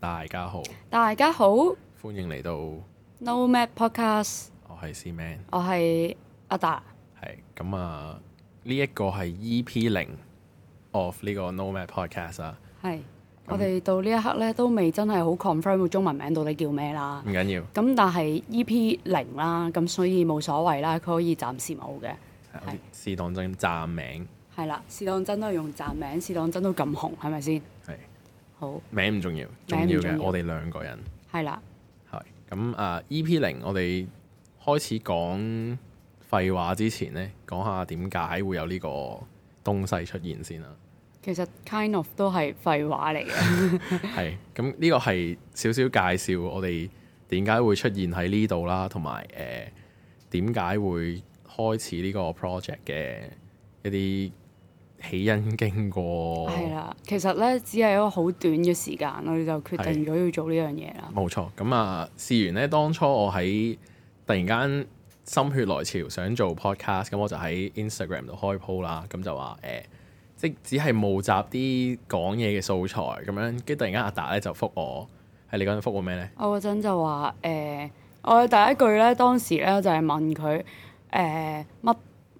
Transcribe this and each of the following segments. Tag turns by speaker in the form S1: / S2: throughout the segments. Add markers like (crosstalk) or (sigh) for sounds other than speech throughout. S1: 大家好，
S2: 大家好
S1: 歡迎嚟到，我
S2: ，Nomad Podcast，
S1: 係 C Man，
S2: 我係阿達，
S1: 係咁啊，呢一個係 EP 零 of 呢個 Nomad Podcast 啊，
S2: 係我哋到呢一刻咧都未真係好 confirm 個中文名到底叫咩啦
S1: 唔。緊要，
S2: 咁但係 EP 零啦，咁所以冇所謂啦，佢可以暫時冇嘅。係
S1: 是當真站名，
S2: 係啦，是當真都係用站名，是當真都咁紅，係咪先？
S1: 係
S2: 好，
S1: 名唔重要，重
S2: 名
S1: 要
S2: 唔重
S1: 嘅
S2: 要
S1: 我哋兩個人
S2: 係啦，
S1: 係咁啊。EP 零我哋開始講廢話之前呢，講下點解會有呢個東西出現先啦。
S2: 其實 kind of 都係廢話嚟嘅，
S1: 係，咁呢個係少少介紹我哋點解會出現喺呢度啦，同埋誒點解會開始呢個 project 嘅一啲起因經過。
S2: 係啦。其實咧，只係一個好短嘅時間，我哋就決定咗要做呢樣嘢啦。
S1: 冇錯，咁啊，試完呢，當初我喺突然間心血來潮想做 podcast，咁我就喺 Instagram 度開鋪啦，咁就話誒、呃即只係募集啲講嘢嘅素材咁樣，跟住突然間阿達咧就覆我，係你嗰陣覆我咩呢？
S2: 啊我嗰陣就話誒、我第一句咧，當時咧就係問佢誒乜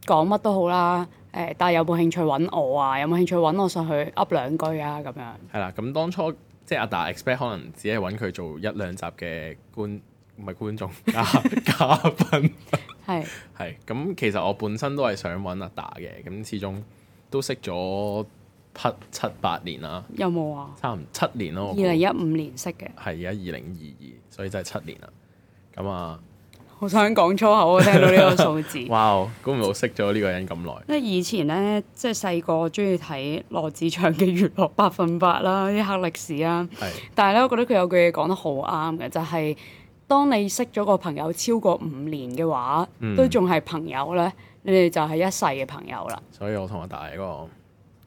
S2: 講乜都好啦，誒、但係有冇興趣揾我啊？有冇興趣揾我上去噏兩句啊？咁樣
S1: 係啦，咁當初即係阿達 expect 可能只係揾佢做一兩集嘅觀唔係觀眾嘉 (laughs) 嘉賓，
S2: 係
S1: 係咁其實我本身都係想揾阿達嘅，咁始終都識咗七七八年啦，
S2: 有冇啊？
S1: 差唔七年咯，我
S2: 二
S1: 估
S2: 零一五年識嘅，
S1: 係而家二零二二，所以真係七年啦。咁啊，
S2: 好想講粗口啊！聽到呢個數字，
S1: (laughs) 哇！估唔到識咗呢個人咁耐，
S2: 因為以前咧即係細個中意睇羅志祥嘅《娛樂百分百》啦，啲黑歷史啊啦。
S1: 係
S2: 但係咧，我覺得佢有句嘢講得好啱嘅，就係、當你識咗個朋友超過五年嘅話，
S1: 嗯
S2: 都仲係朋友咧，你哋就係一世嘅朋友啦，
S1: 所以我同阿達係一個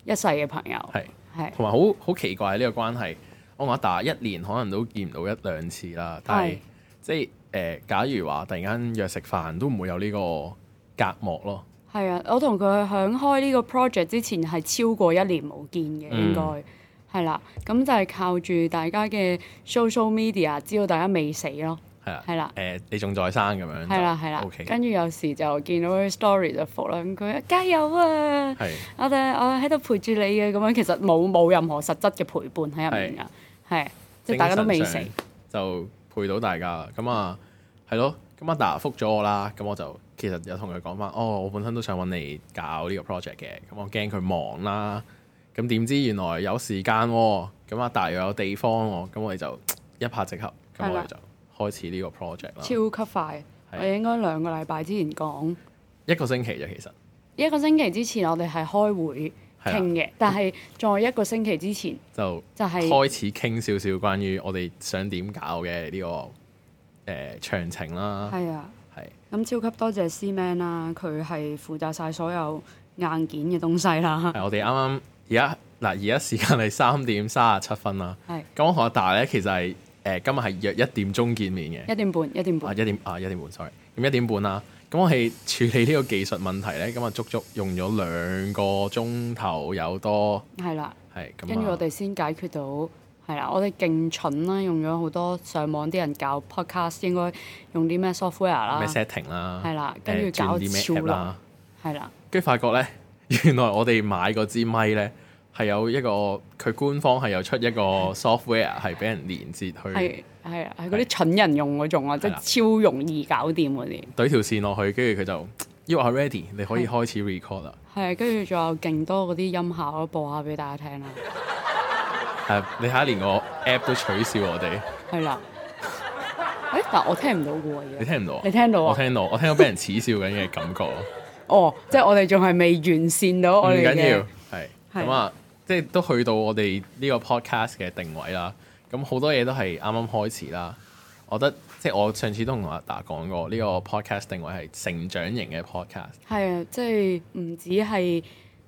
S2: 一世嘅朋友
S1: 係。
S2: 係
S1: 同埋好好奇怪呢個關係，我同阿達一年可能都見唔到一兩次啦，但係
S2: 係
S1: 即係誒、呃假如話突然間約食飯都唔會有呢個隔膜咯，
S2: 係啊！我同佢響開呢個 project 之前係超過一年冇見嘅，
S1: 嗯
S2: 應該係啦。咁就係靠住大家嘅 social media 知道大家未死咯，
S1: 係啦，
S2: 係啦啊
S1: 誒、你仲在生咁樣，
S2: 係啦係啦
S1: o。k
S2: 跟住有時就見到佢 story 就覆啦，咁佢加油啊！
S1: 係
S2: 我哋我喺度陪住你嘅咁樣，其實冇冇任何實質嘅陪伴喺入面噶，係即係大家都未
S1: 精，
S2: 死
S1: 神上就陪到大家啦，咁啊係咯，咁阿達覆咗我啦，咁我就其實有同佢講翻，哦，我本身都想揾你搞呢個 project 嘅，咁我驚佢忙啦，咁點知原來有時間喎，咁阿達又有地方喎，咁我哋就一拍即合，咁
S2: 係
S1: 我
S2: 啦
S1: 哋就開始呢個 project 啦，
S2: 超級快。
S1: 啊係
S2: 我哋應該兩個禮拜之前講，
S1: 一個星期啫，其實
S2: 一個星期之前我哋係開會
S1: 係啦，啊
S2: 傾嘅，但係再一個星期之前
S1: 就
S2: 就係
S1: 開始傾少少關於我哋想點搞嘅呢、個誒、呃、詳情啦，
S2: 係啊，
S1: 係
S2: 咁超級多謝 C Man 啦，佢係負責晒所有硬件嘅東西啦，
S1: 係我哋啱啱而家嗱，而家時間係三點三十七分啦。
S2: 係
S1: 咁我同阿達咧，其實係誒、呃今日係約一點鐘見面嘅，
S2: 一點半一點
S1: 啊
S2: 半
S1: 一點啊一點半，sorry，咁一點半啦。咁我係處理呢個技術問題咧，咁啊足足用咗兩個鐘頭有多，
S2: 係啦，
S1: 係咁
S2: 跟住我
S1: 啊。
S2: 哋先解決到係啦，我哋勁蠢啦，用咗好多上網啲人教 podcast 應該用啲咩 software 啦
S1: 咩，setting 啦，
S2: 啊係啦
S1: 誒
S2: 跟住搞
S1: 轉啲咩
S2: 潮
S1: app 啦，
S2: 係啦，
S1: 跟住發覺咧，原來我哋買嗰支咪咧係有一個佢官方係有出一個 software 係俾人連接去
S2: 係係啊，係嗰啲蠢人用嗰種啊，即
S1: 係啦嗯
S2: 係超容易搞掂嗰啲。
S1: 懟條線落去，跟住佢就 You are ready，你可以開始 record 啦。
S2: 係啊，跟住仲有勁多嗰啲音效咯，播下俾大家聽啊啦。
S1: 係啊你睇下連個 app 都取笑我哋，
S2: 係
S1: (laughs)
S2: 啦，誒、但我聽唔到嘅喎，
S1: 你
S2: 而家
S1: 聽唔到啊？
S2: 你聽到啊
S1: 我聽到，我聽到俾人恥笑緊嘅感覺啊。
S2: 哦，即係我哋仲係未完善到
S1: 唔
S2: (laughs) 我哋嘅。
S1: 緊要，係
S2: 係
S1: 咁啊，即係都去到我哋呢個 podcast 嘅定位啦。咁好多嘢都係啱啱開始啦。我覺得即係我上次都同阿達講過，呢、個 podcast 定位係成長型嘅 podcast。
S2: 係啊，即係唔止係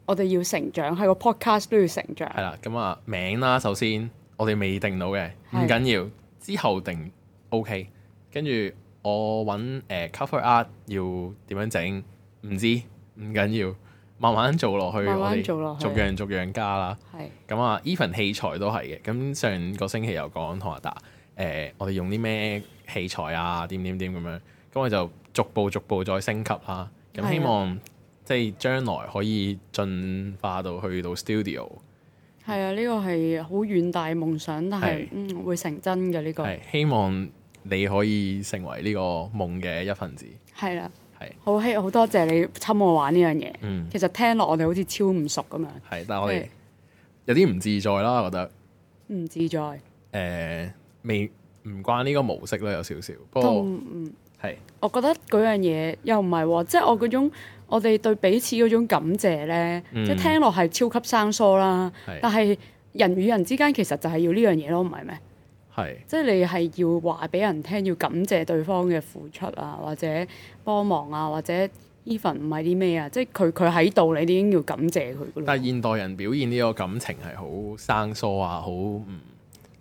S2: 我哋要成長，係個 podcast 都要成長。
S1: 係啦，咁啊名啦，首先我哋未定到嘅，唔
S2: 係
S1: 緊要，之後定 OK。跟住我揾誒、呃 cover art 要點樣整，唔知唔緊要，慢慢做落去，
S2: 慢
S1: 我
S2: 慢
S1: 哋
S2: 做落去
S1: 逐樣逐樣加啦。
S2: 係
S1: 咁啊，even 器材都係嘅。咁上個星期又講同阿達，誒、呃我哋用啲咩器材啊？點點點咁樣。咁我就逐步逐步再升級啦。
S2: 係
S1: 咁
S2: 啊
S1: 希望即係將來可以進化到去到 studio，
S2: 係啊，呢個係好遠大嘅夢想，但係
S1: 係
S2: 嗯會成真嘅呢個
S1: 係希望你可以成為呢個夢嘅一份子。
S2: 係啦。
S1: 係
S2: 好希好多謝你侵我玩呢樣嘢。
S1: 嗯
S2: 其實聽落我哋好似超唔熟咁樣，
S1: 係，但係我哋
S2: 係
S1: 有啲唔自在啦，我覺得誒、
S2: 唔自在。
S1: 未唔慣呢個模式咯，有少少。不過
S2: 同嗯，
S1: 係
S2: 我覺得嗰樣嘢又唔係喎，即係我嗰種我哋對彼此嗰種感謝咧，
S1: 嗯
S2: 即係聽落係超級生疏啦。
S1: 係
S2: 但係人與人之間其實就係要呢樣嘢咯，唔係咩？
S1: 係
S2: 即係你係要話俾人聽，要感謝對方嘅付出啊，或者幫忙啊，或者 even 唔係啲咩啊，即係佢佢喺度，你已經要感謝佢噶
S1: 但係
S2: 啦。
S1: 現代人表現呢個感情係好生疏啊，好唔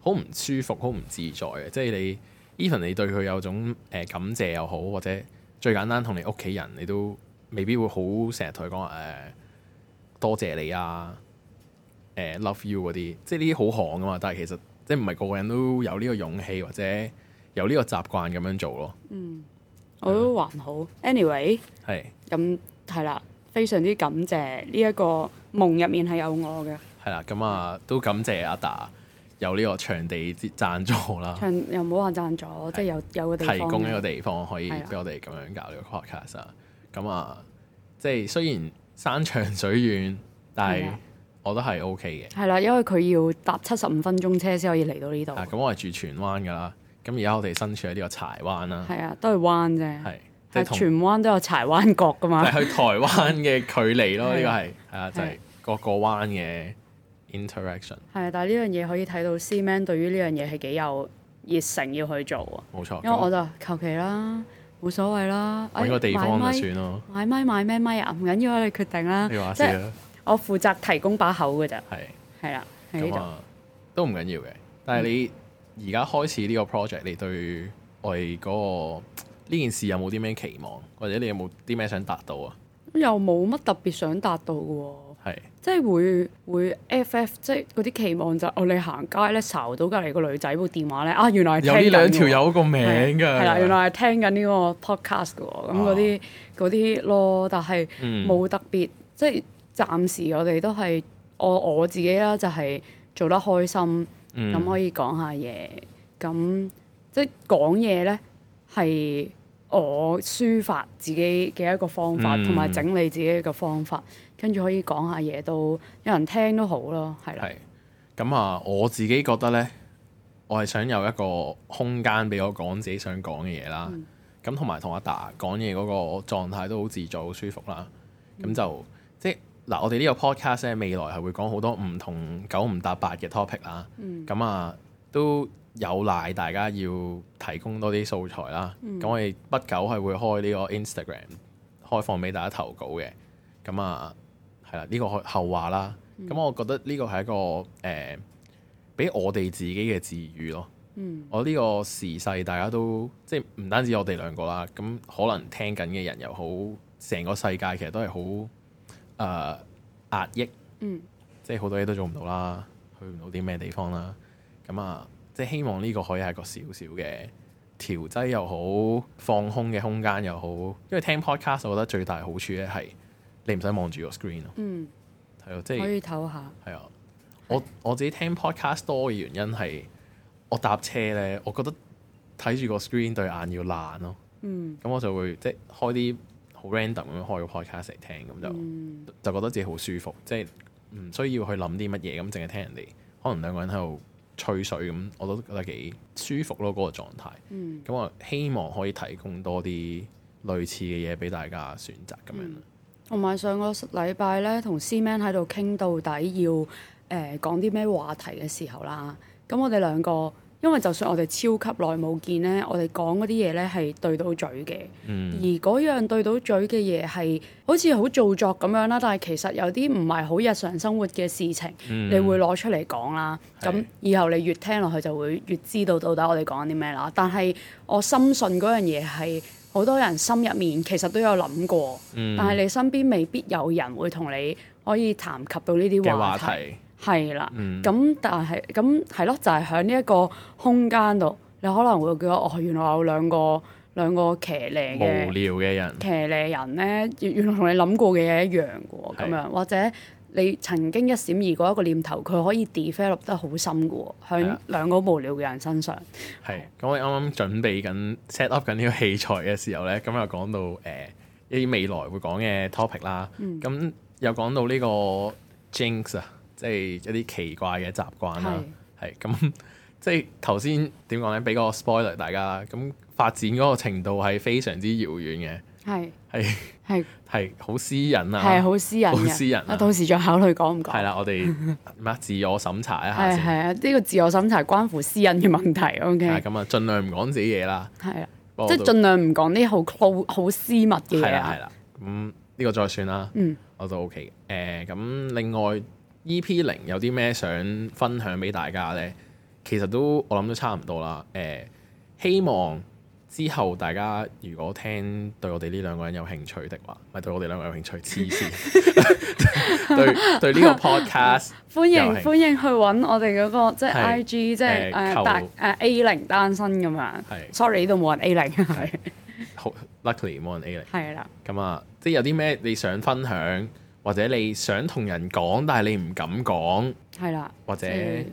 S1: 好唔舒服，好唔自在嘅。即係你 even 你對佢有種誒、呃感謝又好，或者最簡單同你屋企人，你都未必會好成日同佢講誒多謝你啊，誒、love you 嗰啲，即係呢啲好行噶嘛。但係其實即係唔係個個人都有呢個勇氣或者有呢個習慣咁樣做咯。
S2: 我都還好，anyway，
S1: 係
S2: 咁係啦，非常之感謝呢一個夢入面係有我嘅，
S1: 係啦，咁啊都感謝阿達有呢個場地之贊助啦。
S2: 唱又唔好話贊助，即係有有個地方
S1: 提供一個
S2: 嘅
S1: 地方可以
S2: 係啦啊
S1: 俾我哋咁樣搞呢個 podcast 啊。咁啊，即係雖然山長水遠，但
S2: 係啊
S1: 係
S2: 啦
S1: 我都係 OK
S2: 係啦，因為佢要搭七十五分鐘車先可以嚟到呢度
S1: 嘅。，啊，咁我係住荃灣㗎啦，咁而家我哋身處喺呢個柴灣啦，
S2: 係啊，都係灣啫，
S1: 係即係
S2: 係
S1: 同
S2: 荃灣都有柴灣角噶嘛
S1: 就係，去台灣
S2: (laughs)
S1: 嘅距離咯。
S2: 係
S1: 呢個係係啊，就係
S2: 係
S1: 個個灣嘅 interaction，
S2: 係啊，但係呢樣嘢可以睇到 C Man 對於呢樣嘢係幾有熱誠要去做啊，
S1: 冇錯。
S2: 因為我
S1: 哦咁
S2: 就求其啦，冇所謂啦，哎
S1: 揾個地方
S2: 買
S1: 就
S2: 咪
S1: 算咯。
S2: 買咪買咩咪啊，唔緊要啊，你決定啦，
S1: 你話
S2: 即係
S1: 先啦，
S2: 我負責提供把口嘅咋，
S1: 係。
S2: 係啦，喺呢
S1: 咁
S2: 度。嗯
S1: 啊，都唔緊要嘅。但係你而家開始呢個 project，你對我哋嗰個呢件事有冇啲咩期望，或者你有冇啲咩想達到啊？
S2: 又冇乜特別想達到嘅喎，
S1: 係
S2: 即係會會 FF，即係嗰啲期望就係哦，你行街咧，睄到隔離個女仔部電話咧，啊原來係
S1: 有呢
S2: 聽緊
S1: 兩
S2: 嘅
S1: 條
S2: 喎
S1: 友個名㗎，
S2: 係啦，原來係聽緊呢個 podcast 嘅喎，咁嗰啲嗰啲咯，但係
S1: 哦嗯
S2: 冇特別，即係暫時我哋都係我我自己啦，就係做得開心，
S1: 嗯
S2: 咁可以講下嘢，咁即係講嘢咧係我抒發自己嘅一個方法，
S1: 嗯
S2: 同埋、整理自己嘅方法，跟住可以講下嘢都有人聽都好咯，係啦
S1: 係，咁啊，我自己覺得呢，我係想有一個空間俾我講自己想講嘅嘢啦。
S2: 嗯
S1: 咁同埋同阿達講嘢嗰個狀態都好自在、好舒服啦。
S2: 嗯
S1: 咁就即係嗱，我哋呢個 podcast 咧，未來係會講好多唔同九唔搭八嘅 topic 啦。
S2: 嗯
S1: 咁、啊，都有賴大家要提供多啲素材啦。咁、
S2: 嗯
S1: 我哋不久係會開呢個 Instagram 開放俾大家投稿嘅。咁啊，係啦，呢、個後話啦。咁、我覺得呢個係一個誒，呃俾、我哋自己嘅治愈咯。
S2: 嗯，
S1: 我呢個時勢大家都即係唔單止我哋兩個啦，咁可能聽緊嘅人又好，成個世界其實都係好誒壓抑，
S2: 嗯，
S1: 即係好多嘢都做唔到啦，去唔到啲咩地方啦。咁啊，即係希望呢個可以係一個少少嘅調劑又好，放空嘅空間又好。因為聽 podcast，我覺得最大好處咧係你唔使望住個 screen 咯，
S2: 嗯，
S1: 係咯，即係
S2: 可以唞下，
S1: 係啊，我我自己聽 podcast 多嘅原因係我搭車咧，我覺得睇住個 screen 對眼要爛咯，
S2: 嗯
S1: 咁我就會即係開啲好 random 咁樣開個 podcast 嚟聽，咁就、
S2: 嗯
S1: 就覺得自己好舒服，即係唔需要去諗啲乜嘢，咁淨係聽人哋可能兩個人喺度吹水咁，我都覺得幾舒服咯嗰、個狀態。
S2: 嗯，
S1: 咁我希望可以提供多啲類似嘅嘢俾大家選擇咁樣。
S2: 同埋上個禮拜咧，同 C Man 喺度傾到底要誒、呃、講啲咩話題嘅時候啦，咁我哋兩個。因為就算我哋超級耐冇見咧，我哋講嗰啲嘢咧係對到嘴嘅，而嗰樣對到嘴嘅嘢係好似好做作咁樣啦，但係其實有啲唔係好日常生活嘅事情，你會攞出嚟講啦。
S1: 係
S2: 咁以後你越聽落去就會越知道到底我哋講緊啲咩啦。但係我深信嗰樣嘢係好多人心入面其實都有諗過，
S1: 嗯
S2: 但係你身邊未必有人會同你可以談及到呢
S1: 嘅
S2: 啲
S1: 話
S2: 話題。
S1: 題，
S2: 係啦，
S1: 嗯
S2: 咁、但係咁係咯，就係喺呢一個空間度，你可能會覺得哦，原來有兩個兩個騎呢
S1: 無
S2: 嘅
S1: 聊嘅人，
S2: 騎呢人咧，原原來同你諗過嘅嘢一樣嘅喎，
S1: 係
S2: 咁樣或者你曾經一閃而過一個念頭，佢可以 develop 得好深嘅喎，
S1: 係
S2: 喺
S1: 啊
S2: 兩個無聊嘅人身上，
S1: 係咁我哋啱啱準備緊 set up 緊呢個器材嘅時候咧，咁又講到誒、呃一啲未來會講嘅 topic 啦，
S2: 嗯
S1: 咁、又講到呢個 jinx 啊，即係一啲奇怪嘅習慣啦，係咁 (laughs) 即係頭先點講咧，俾個 spoiler 大家啦，咁發展嗰個程度係非常之遙遠
S2: 係
S1: 嘅，係
S2: 係
S1: 係好私隱啊，
S2: 係好私人
S1: 好
S2: 嘅，
S1: 私人啊
S2: 啊到時再考慮講唔講。
S1: 係啦，我
S2: (laughs)
S1: 哋咩啊自我審查一下
S2: 係係
S1: 先，
S2: 啊，呢個自我審查關乎私隱嘅問題，OK，
S1: 係咁啊，盡量唔講自己嘢啦，
S2: 係啦。
S1: 不過
S2: 即係
S1: 都
S2: 盡量唔講啲好 close、好私密嘅
S1: 係
S2: 嘢
S1: 啦係
S2: 啊。
S1: 啦，咁呢個再算啦，
S2: 嗯，
S1: 我都 OK 嘅。誒咁另外 EP 零有啲咩想分享俾大家咧？其實都我諗都差唔多啦。誒、希望之後大家如果聽對我哋呢兩個人有興趣的話，唔係對我哋兩個有興趣，黐線。 (laughs) 對對呢個 podcast 又
S2: 歡迎
S1: 係
S2: 歡迎去揾我哋嗰個即係
S1: 係
S2: IG，即係
S1: 誒求
S2: 誒大誒 A 零單身咁樣。
S1: 係
S2: sorry，呢度冇人 A 零係
S1: 好 luckily 冇人 A 嚟。
S2: (laughs) 係啦，
S1: 咁啊，即係有啲咩你想分享，或者你想同人講，但係你唔敢講，
S2: 係啦，
S1: 或者
S2: 即係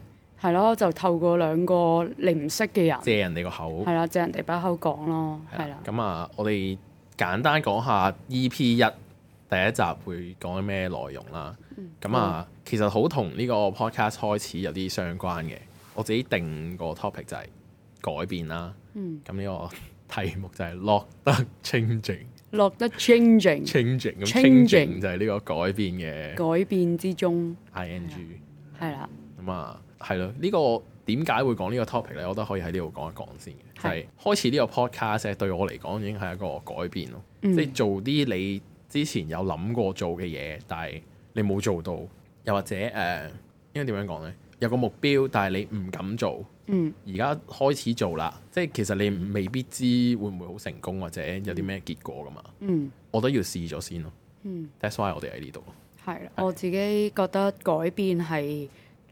S2: 係咯，就透過兩個你唔識嘅人，
S1: 借人哋個口。
S2: 係啦，借人哋把口講咯，係啦。
S1: 咁啊，我哋簡單講下 E.P. 一第一集會講啲咩內容啦。
S2: 嗯
S1: 咁啊，其實好同呢個 podcast 開始有啲相關嘅。我自己定個 topic 就係改變啦。
S2: 嗯
S1: 咁呢個題目就係落得 changing
S2: 落得 changing
S1: changing 咁
S2: Changing
S1: changing 就係呢個改變嘅
S2: 改變之中，
S1: ing。
S2: 係啦，
S1: 咁啊，係咯，呢、個點解會講呢個 topic 咧？我覺得可以喺呢度講一講先嘅，就係
S2: 係
S1: 開始呢個 podcast 咧，對我嚟講已經係一個改變咯，
S2: 嗯
S1: 即係做啲你之前有諗過做嘅嘢，但係你冇做到，又或者誒、呃，應該點樣講咧？有個目標，但係你唔敢做，
S2: 嗯
S1: 而家開始做啦，即係其實你未必知會唔會好成功，或者有啲咩結果噶嘛，
S2: 嗯
S1: 我覺得要試咗先咯。
S2: 嗯。
S1: That's why 我哋喺呢度。
S2: 係啦，我自己覺得改變係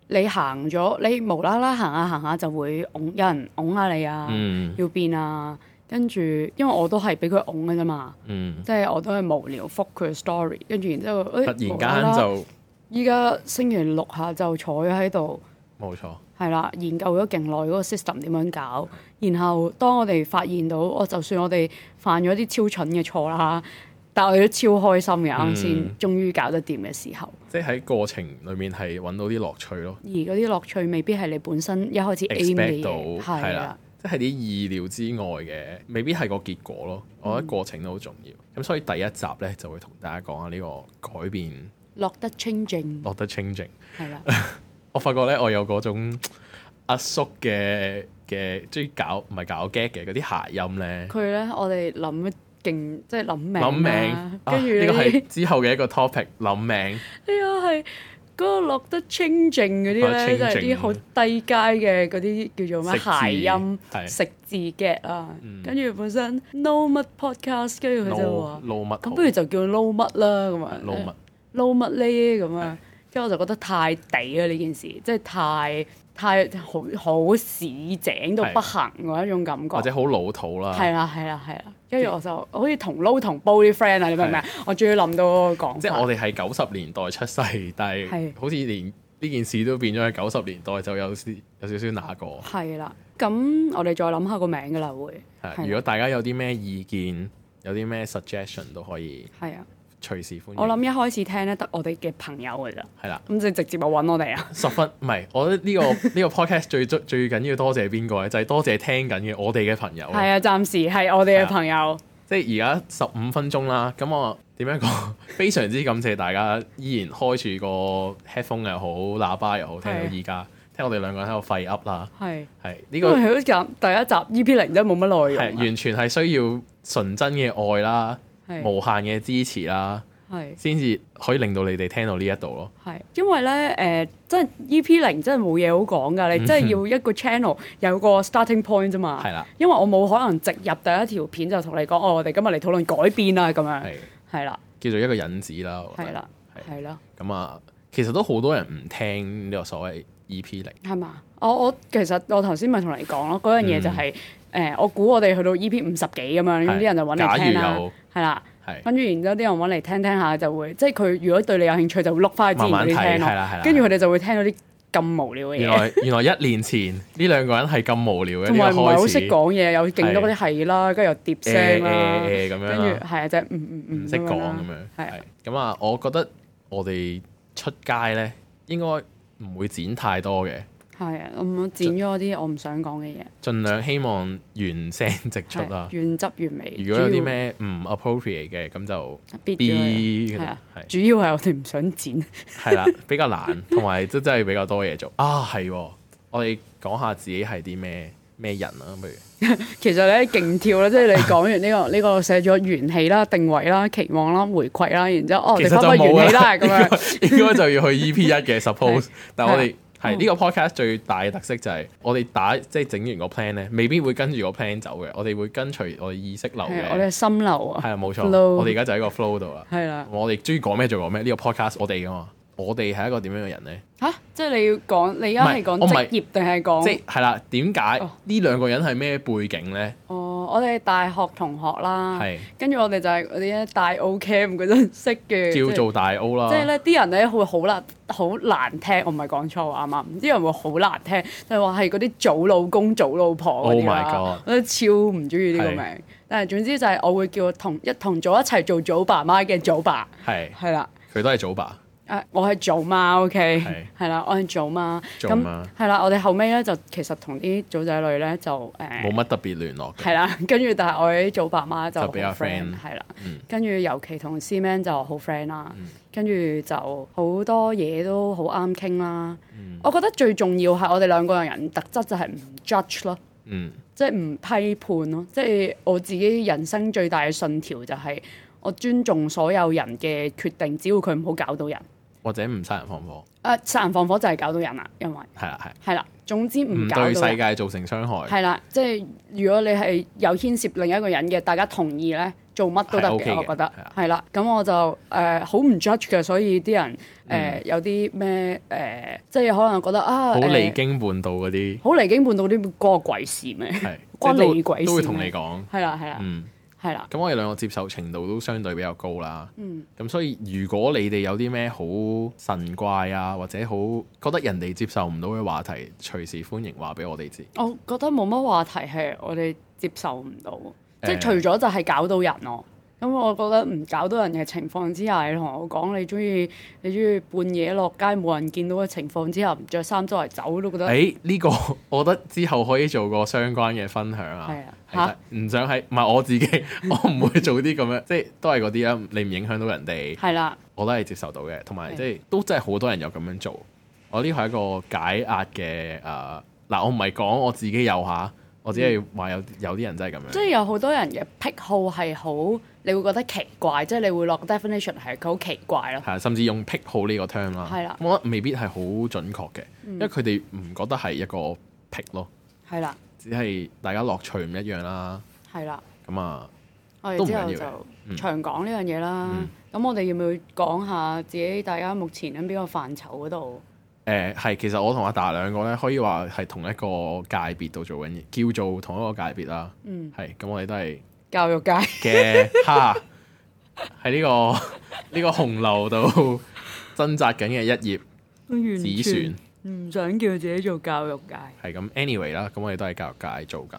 S2: 你行咗，你無啦啦行下行下就會擁有人擁下你啊，
S1: 嗯
S2: 要變啊，跟住因為我都係俾佢擁嘅啫嘛，
S1: 嗯，
S2: 即係我都係無聊覆佢嘅 story，跟住然之後，
S1: 突
S2: 誒、
S1: 然間
S2: 無啦啦
S1: 就
S2: 依家星期六下就坐咗喺度。
S1: 冇錯，
S2: 係啦，研究咗勁耐嗰個 system 點樣搞，然後當我哋發現到，我就算我哋犯咗啲超蠢嘅錯啦，但我哋都超開心嘅，啱
S1: 嗯
S2: 先終於搞得掂嘅時候。
S1: 即係喺過程裡面係揾到啲樂趣咯。
S2: 而嗰啲樂趣未必係你本身一開始 aim 嘅
S1: expect 到
S2: 嘢，
S1: 係
S2: 係啊
S1: 啦
S2: 啦，，
S1: 即係啲意料之外嘅，未必係個結果咯。
S2: 嗯
S1: 我覺得過程都好重要。咁、所以第一集咧就會同大家講下呢個改變
S2: 落得清靜，
S1: 落得 changing。
S2: 係啦，
S1: 我發覺咧，我有嗰種阿叔嘅嘅，中意搞唔係搞 get 嘅嗰啲諧音咧，
S2: 佢咧我哋諗得勁，即係諗名啦，
S1: 諗名啊
S2: 跟住
S1: 呢個
S2: 呢 (laughs)
S1: 係 (laughs) 之後嘅一個 topic 諗名。
S2: 呢個係嗰個落得清靜嗰啲
S1: 落得清
S2: 咧，就
S1: 靜
S2: 係啲好低階嘅嗰啲叫做咩
S1: 食字
S2: 諧音
S1: 係嗯
S2: 食字 get 啊，跟住本身 no 乜 podcast，跟住佢就話
S1: 撈撈乜
S2: 咁不如就叫撈乜啦咁啊，
S1: 撈乜
S2: 撈乜呢咁啊？跟住我就覺得太地啦呢件事，即係太太好好市井到不行嗰一種感覺。
S1: 或者好啊老土啦，
S2: 係啦係啦係啦，跟住我就好似同撈同煲啲 friend 啊，你明唔明啊？我終於諗到嗰個講法。
S1: 即係我哋係九十年代出世，但係
S2: 係
S1: 好似連呢件事都變咗喺九十年代就有少有少少那個。
S2: 係啦，咁我哋再諗下個名㗎啦，會
S1: 係
S2: 係
S1: 啊如果大家有啲咩意見，有啲咩 suggestion 都可以
S2: 係啊。
S1: 隨時歡迎。
S2: 我諗一開始聽咧得我哋嘅朋友㗎咋，
S1: 係啦，
S2: 咁就直接就揾我哋啊。
S1: 十分唔係，我覺得呢、個
S2: (laughs)
S1: 呢個 podcast 最最最緊要多謝邊個咧？就係、多謝聽緊嘅我哋嘅朋友啊。
S2: 係啊，暫時係我哋
S1: 係啊
S2: 嘅朋友，
S1: 即係而家十五分鐘啦，咁我點樣講？ (laughs) 非常之感謝大家依然開住個 headphone 又好，喇叭又好，聽到
S2: 係
S1: 依家，聽我哋兩個人喺度廢噏啦。
S2: 係
S1: 係呢、
S2: 因 (laughs)
S1: 個
S2: 為。佢嗰集第一集 EP 零都冇乜內
S1: 係
S2: 容啊，
S1: 完全係需要純真嘅愛啦，
S2: 係
S1: 無限嘅支持啦，
S2: 係
S1: 先至可以令到你哋聽到呢一度咯。
S2: 係，因為咧誒、呃真係 EP 零真係冇嘢好講㗎，你真係要一個 channel 有個 starting point 啫嘛。
S1: 嗯係啦，
S2: 因為我冇可能直入第一條片就同你講，哦，我哋今日嚟討論改變啦咁樣。
S1: 係
S2: 係啦，
S1: 叫做一個引子啦。我覺得
S2: 啊係啦，
S1: 係
S2: 係啦，
S1: 咁啊，其實都好多人唔聽呢個所謂 E EP 零，
S2: 係嘛？我我其實我頭先咪同你講咯，嗰樣嘢就
S1: 嗯
S2: 係、誒、呃我估我哋去到 EP 五十幾咁樣，咁啲人就揾
S1: 假
S2: 嚟聽啦
S1: 如，有
S2: 係啦，
S1: 係
S2: 跟住然之後啲人揾嚟聽聽下就會，即係佢如果對你有興趣就會碌翻去之前
S1: 慢
S2: 嗰
S1: 慢睇，
S2: 啲
S1: 係
S2: 聽咯，
S1: 啦係啦。
S2: 跟住佢哋就會聽到啲咁無聊嘅
S1: 原
S2: 嘢，
S1: 來原來一年前呢兩個人係咁無聊嘅，
S2: 同埋唔係好識
S1: 講
S2: 講嘢，有勁多嗰啲係啦，跟住又碟聲啦，
S1: 咁樣啦
S2: 跟住係啊，就係嗯嗯嗯
S1: 唔識講
S2: 啦
S1: 咁樣。
S2: 係啊
S1: 係咁啊，我覺得我哋出街咧應該唔會剪太多嘅，
S2: 係啊，我唔剪咗啲我唔想講嘅嘢，
S1: 盡量希望原聲直出
S2: 係
S1: 啦。
S2: 原汁原味。
S1: 如果有
S2: 主
S1: 啲
S2: 要
S1: 咩唔 appropriate 嘅，咁就
S2: 必咗佢
S1: B
S2: 係啊
S1: 係
S2: 主要係我哋唔想剪， (laughs)
S1: 係啦， (laughs) 比較難，同埋都真係比較多嘢做啊。係喎，我哋講下自己係啲咩咩人啊，不如
S2: 其實咧勁跳啦，即係你講完呢、個呢、個寫咗元氣啦、定位啦、期望啦、回饋啦，然之後哦，
S1: 其
S2: 你
S1: 實就
S2: 翻返
S1: 冇啊
S2: 元氣
S1: (laughs) 啦
S2: 啦咁樣，
S1: 應該就要去 EP 一
S2: (laughs)
S1: 嘅 suppose
S2: 係。
S1: 但係我哋
S2: 係
S1: 係呢個 podcast 最大嘅特色就係我哋打即係整完個 plan 咧，未必會跟住個 plan 走嘅，我哋會跟隨我哋意識流
S2: 係
S1: 嘅。
S2: 啊我哋係心流
S1: 係
S2: 啊，
S1: 啊，冇錯。
S2: flow
S1: 我哋而家就喺個 flow 度啦。
S2: 係啦
S1: 我哋中意講咩就講咩。呢個 podcast 我哋噶嘛，我哋係一個點樣嘅人咧？
S2: 吓，即係你要講，你而家係講
S1: 唔係我唔
S2: 職
S1: 係
S2: 業定係講？
S1: 即係係啦，點解
S2: 哦
S1: 呢兩個人係咩背景咧？
S2: 哦，我哋大學同學啦，
S1: 係
S2: 跟住我哋就係嗰啲咧大 O cam 嗰陣識嘅，
S1: 叫做啊大 O 啦。
S2: 即係咧啲人咧會好難好難聽，我唔係講錯啊啱啱，啲人會好難聽，就係話係嗰啲祖老公、祖老婆嗰啲啦
S1: Oh my god
S2: 我都超唔中意呢個
S1: 係
S2: 名。但係總之就係我會叫同一同組一齊做祖爸媽嘅祖爸，
S1: 係
S2: 係啦。
S1: 佢都係祖爸，
S2: 誒，我係做媽，OK，
S1: 係
S2: 係啦，我係做媽，
S1: 做
S2: 咁
S1: 媽
S2: 係啦，我哋後尾咧就其實同啲組仔女咧就誒，
S1: 冇乜特別聯絡嘅。
S2: 係啦，跟住但係我啲做爸媽就
S1: 就
S2: 好
S1: 比較 friend
S2: friend，係啦
S1: 嗯，
S2: 跟住尤其同 C man 就好 friend 啦，跟住就好多嘢都好啱傾啦。
S1: 嗯
S2: 我覺得最重要係我哋兩個人特質就係唔 judge 咯，
S1: 嗯，
S2: 即係唔批判咯，即係我自己人生最大嘅信條就係我尊重所有人嘅決定，只要佢唔好搞到人。
S1: 或者唔殺人放火，
S2: 誒、殺人放火就係搞到人啦，因為
S1: 係啦係。
S2: 係啦，總之唔
S1: 唔
S2: 搞到
S1: 對
S2: 人。
S1: 世界造成傷害，
S2: 係啦，即係如果你係有牽涉另一個人嘅，大家同意咧，做乜都得
S1: 係 OK
S2: 嘅，
S1: 嘅
S2: 我覺得
S1: 係啊
S2: 係啦。咁我就誒好唔 judge 嘅，所以啲人誒、
S1: 嗯
S2: 呃有啲咩誒，即係可能覺得啊，
S1: 好
S2: 誒
S1: 離經叛道嗰啲，
S2: 好離經叛道啲關我鬼事咩？ (laughs)
S1: 係
S2: 關
S1: 即係都
S2: 你鬼事咩
S1: 都會同你講。
S2: 係啦，係啦，
S1: 嗯，
S2: 係啦，
S1: 咁我哋兩個接受程度都相對比較高啦。
S2: 嗯，
S1: 咁所以如果你哋有啲咩好神怪啊，或者好覺得人哋接受唔到嘅話題，隨時歡迎話俾我哋知。
S2: 我覺得冇乜話題係我哋接受唔到，即係
S1: 誒
S2: 除咗就係搞到人咯。咁我覺得唔搞到人嘅情況之下，你同我講你中意你中意半夜落街冇人見到嘅情況之下，唔着衫周圍走都覺得。
S1: 誒呢、個 (laughs) 我覺得之後可以做個相關嘅分享啊。
S2: 係啊
S1: 係得唔想喺唔係我自
S2: (laughs)
S1: 己，我唔會做啲咁樣，即係都係嗰啲啦。你唔影響到人哋，
S2: 係啦，
S1: 我都係接受到嘅，同埋
S2: 係
S1: 即係都真係好多人有咁樣做。我呢個係一個解壓嘅誒，呃嗱、我唔係講我自己有下，我只
S2: 嗯
S1: 係話有有啲人真係咁
S2: 即
S1: 樣。
S2: 係有好多人嘅癖好係好，你會覺得奇怪，即係你會落 definition 係佢好奇怪咯。
S1: 係啊甚至用癖好呢個 term 啦，
S2: 係啦嗯
S1: 咁我覺得未必係好準確嘅，因為佢哋唔覺得係一個癖咯，
S2: 係啦，
S1: 只係大家樂趣唔一樣啦。
S2: 係啦，
S1: 咁啊，
S2: 我
S1: 都唔
S2: 哋之
S1: 緊要嘅
S2: 後就長講呢樣嘢啦。咁、我哋要唔要講下自己大家目前喺邊個範疇嗰度？
S1: 誒、係其實我同阿達兩個咧，可以話係同一個界別度做緊嘢，叫做同一個界別啦。
S2: 嗯，
S1: 係咁，我哋都係。
S2: 教育界
S1: 嘅蝦 (laughs) 喺呢個呢、個洪流度掙扎緊嘅一葉
S2: 完
S1: 紫船
S2: 全唔想叫自己做教育界。
S1: 係咁。anyway 啦，咁我哋都係教育界做緊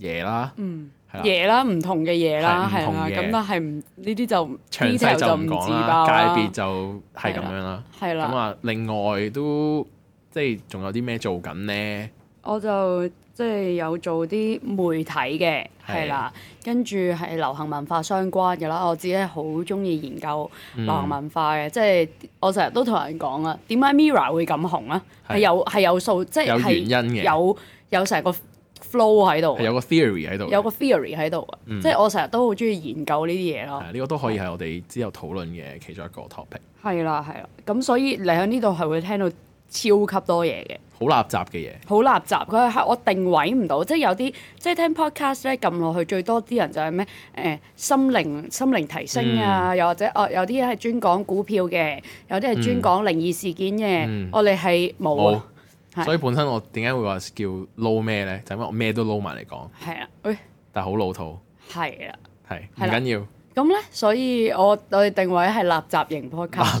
S1: 嘢啦，
S2: 嗯，
S1: 係啦
S2: 嘢啦，唔同嘅嘢啦，
S1: 係唔
S2: 係
S1: 同
S2: 啦，
S1: 嘅
S2: 咁但係唔呢啲就
S1: 詳
S2: detail
S1: 細就唔講
S2: 自
S1: 啦，
S2: 爆啦，
S1: 界別就係咁樣啦。
S2: 係
S1: 咁
S2: 啦。
S1: 啊，另外都即係仲有啲咩做緊呢？
S2: 我就即係有做啲媒體嘅，
S1: 係
S2: 係啦，跟住係流行文化相關嘅啦。我自己好中意研究
S1: 嗯
S2: 流行文化嘅，即係我成日都同人講啊，點解 Mira 會咁紅啊？
S1: 係
S2: 係有係有數，即係
S1: 有原
S2: 係
S1: 因嘅，
S2: 有有成個 flow 喺度
S1: 係有嗯
S2: 啊，
S1: 個 theory 喺度嘅。
S2: 有個 theory 喺度啊，即係我成日都好中意研究呢啲嘢咯
S1: 係。呢個都可以係我哋之後討論嘅其中一個 topic，
S2: 係啦，係啦，咁所以你喺呢度係會聽到超級多嘢嘅，
S1: 好垃圾嘅嘢。
S2: 好垃圾。佢係我定位唔到，即係有啲即係聽 podcast 咧撳落去最多啲人就係咩誒心靈心靈提升
S1: 嗯
S2: 啊，又或者哦有啲係專講股票嘅，有啲係專講靈異事件嘅，
S1: 嗯
S2: 我哋係冇
S1: 冇
S2: 啊，，係
S1: 所以本身我點解會話叫撈咩咧？就因為我咩都撈埋嚟講，
S2: 係啊，誒
S1: 但係好老土，
S2: 係啊，
S1: 係唔
S2: 係啦
S1: 緊要，
S2: 咁咧所以我我哋定位係垃圾型podcast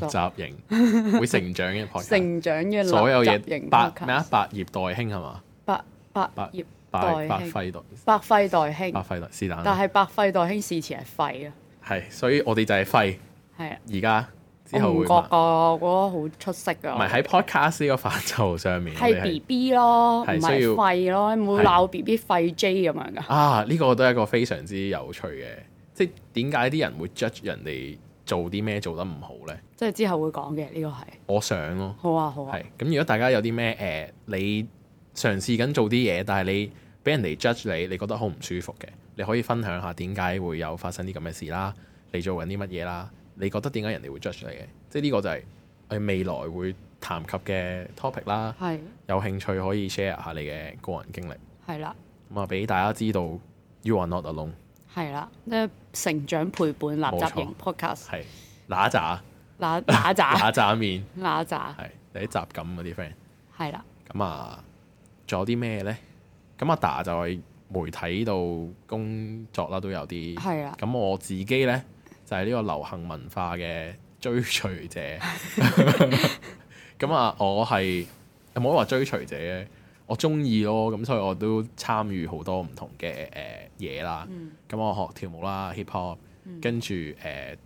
S1: 垃
S2: 咯
S1: 圾
S2: (laughs)
S1: 型會成長嘅 podcast，
S2: 成長嘅
S1: 所有
S2: 垃圾型
S1: 嘢百咩
S2: podcast，
S1: 啊百業待興係嘛？
S2: 百百
S1: 百
S2: 業
S1: 百
S2: 代
S1: 百
S2: 興
S1: 廢待
S2: 百廢待興
S1: 百。廢待是但
S2: 但
S1: 啦，
S2: 係百廢待興事前係廢啊，
S1: 係所以我哋就係廢，
S2: 係啊，
S1: 而家之
S2: 我
S1: 後
S2: 唔
S1: 會
S2: 覺
S1: 唔
S2: 啊，我覺得好出色噶，
S1: 係喺 podcast 呢個範疇上面，我哋
S2: 係 B B 咯，唔
S1: 係
S2: 係
S1: 需要
S2: 廢咯，你唔
S1: 係
S2: 會鬧 B B 廢 J 咁樣噶，
S1: 啊，呢、個都係一個非常之有趣嘅，即係點解啲人會 judge 人哋做啲咩做得唔好咧？
S2: 即係之後會講嘅呢個係，
S1: 我想咯，
S2: 好啊好啊
S1: 係，咁。如果大家有啲咩誒，你嘗試緊做啲嘢，但係你俾人哋 judge 你，你覺得好唔舒服嘅，你可以分享下點解會有發生啲咁嘅事啦，你做緊啲乜嘢啦，你覺得點解人哋會 judge 你嘅？即係呢個就係我哋未來會談及嘅 topic 啦。
S2: 係
S1: 有興趣可以 share 下你嘅個人經歷，
S2: 係啦
S1: 咁啊俾大家知道 you are not alone。
S2: 係啦，即係成長陪伴垃圾型
S1: 冇
S2: podcast，
S1: 係嗱喳 (laughs)
S2: 嗱嗱喳
S1: 嗱喳面，
S2: 嗱喳，
S1: 係你啲雜感嗰啲 friend。
S2: 係啦
S1: 咁啊，仲有啲咩咧？咁阿達就係媒體度工作啦，都有啲。
S2: 係啊啦
S1: 咁我自己咧就係、呢個流行文化嘅追隨者。咁啊，我係有冇話追隨者嘅？我中意咯，咁所以我都參與好多唔同嘅誒嘢啦。
S2: 嗯
S1: 咁、我學跳舞啦，hip hop，跟住誒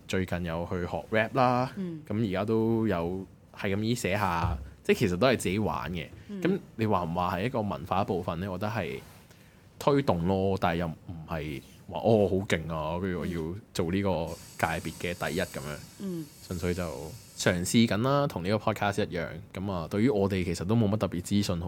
S1: 最近有去學 rap 啦。咁而家都有係咁依寫下，即係其實都係自己玩嘅。咁、你話唔話係一個文化一部分咧？我覺得係推動咯，但係又唔係話哦好勁啊，跟住我要做呢個界別嘅第一咁樣。
S2: 嗯，
S1: 純粹就嘗試緊啦，同呢個 podcast 一樣。咁啊，對於我哋其實都冇乜特別資訊好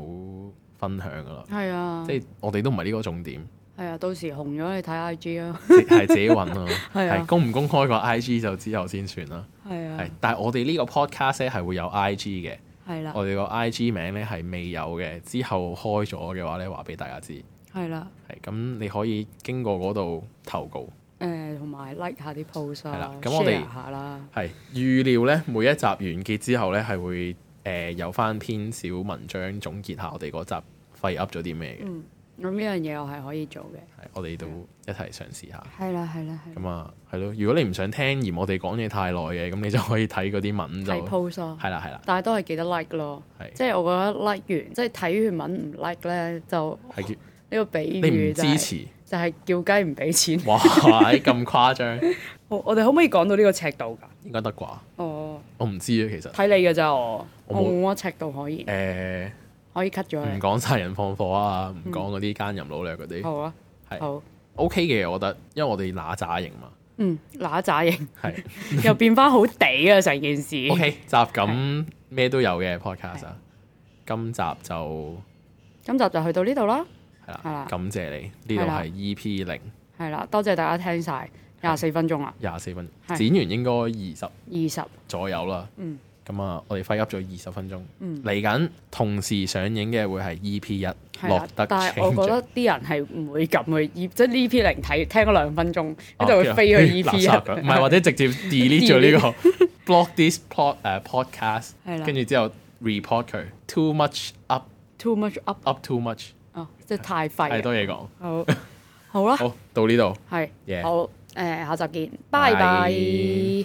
S1: 分享噶啦，
S2: 係啊
S1: 即係我哋都唔係呢個重點，
S2: 係啊，到時紅咗你睇 I G 咯， (laughs)
S1: 即係自己揾咯。
S2: 係啊
S1: 係公唔公開個 IG 就之後先算啦。
S2: 係啊
S1: 係，但係我哋呢個 podcast 咧係會有 IG 嘅，
S2: 係啦
S1: 我哋個 IG 名咧係未有嘅，之後開咗嘅話咧話俾大家知。
S2: 係啦，
S1: 係咁，你可以經過嗰度投稿。
S2: 誒同埋 like 下啲 post
S1: 係
S2: 啊
S1: 啦咁我哋
S2: ，share 下啦，
S1: 係預料咧，每一集完結之後咧，係會誒、呃有翻篇小文章總結下我哋嗰集廢噏咗啲咩
S2: 嗯
S1: 嘅，係、
S2: 咁呢樣嘢我係可以做嘅。
S1: 我哋都一齊嘗試下。
S2: 係啦，係啦，係啦
S1: 咁啊，係咯，如果你唔想聽而我哋講嘢太耐嘅，咁你就可以睇嗰啲文就
S2: 睇 post 咯，
S1: 係啦，係啦，
S2: 但係都係記得 like 咯，
S1: 係
S2: 即係我覺得 like 完，即係睇完文唔 like 咧，就
S1: 係叫
S2: 呢個比
S1: 你
S2: 喻
S1: 唔
S2: 就
S1: 支
S2: 係
S1: 持， (laughs)
S2: 就係叫雞唔俾錢。
S1: 哇，係咁誇張，
S2: (laughs) 我我哋可唔可以講到呢個尺度㗎？
S1: 應該得啩？
S2: 哦，
S1: 我唔知啊，其實
S2: 睇你㗎咋我，
S1: 我
S2: 我
S1: 冇
S2: 冇乜啊尺度可言，
S1: 誒
S2: 可以 cut 咗
S1: 唔
S2: 佢。
S1: 講殺人放火啊，
S2: 嗯
S1: 唔講嗰啲奸淫擄掠嗰啲
S2: 好啊
S1: 係，
S2: 好，
S1: ，OK 嘅，我覺得，因為我哋乸渣型嘛，
S2: 嗯，嗱喳型 (laughs)
S1: 係。
S2: 又變翻好地啊！成件事 (laughs)
S1: O K，集咁咩都有嘅 podcast 啊。今集就
S2: 今集就去到呢度啦，
S1: 係
S2: 係
S1: 啦
S2: 啦，
S1: 感謝你。呢
S2: 係
S1: 度
S2: 啦
S1: 係 E P 零
S2: 係啦，多謝大家聽晒廿四分鐘啦，
S1: 廿四分，
S2: 係
S1: 剪完應該二十
S2: 二十
S1: 左右啦。
S2: 嗯
S1: 咁啊，我哋廢噏咗二十分鐘。嚟緊同時上映嘅會係 E P 一
S2: 係
S1: 落
S2: 啦，
S1: 得
S2: 但係我
S1: Change
S2: 覺得啲人係唔會撳去 E，即係呢 P 零睇聽咗兩分鐘，
S1: 哦
S2: 跟住會
S1: (laughs)
S2: 飛去 E
S1: 垃
S2: P 一
S1: 圾，咁唔係或者直
S2: (laughs)
S1: 接 delete 咗呢個 block this pod 誒
S2: 係
S1: podcast，
S2: 啦
S1: 跟住之後 report 佢 too much up
S2: too much up
S1: up too much，
S2: 啊，即係太
S1: 太
S2: 廢啦。
S1: 多嘢講。
S2: 好，好啦，啊
S1: 好，到呢度。
S2: 係
S1: Yeah，
S2: 好，誒，下集見，拜
S1: Bye
S2: 拜。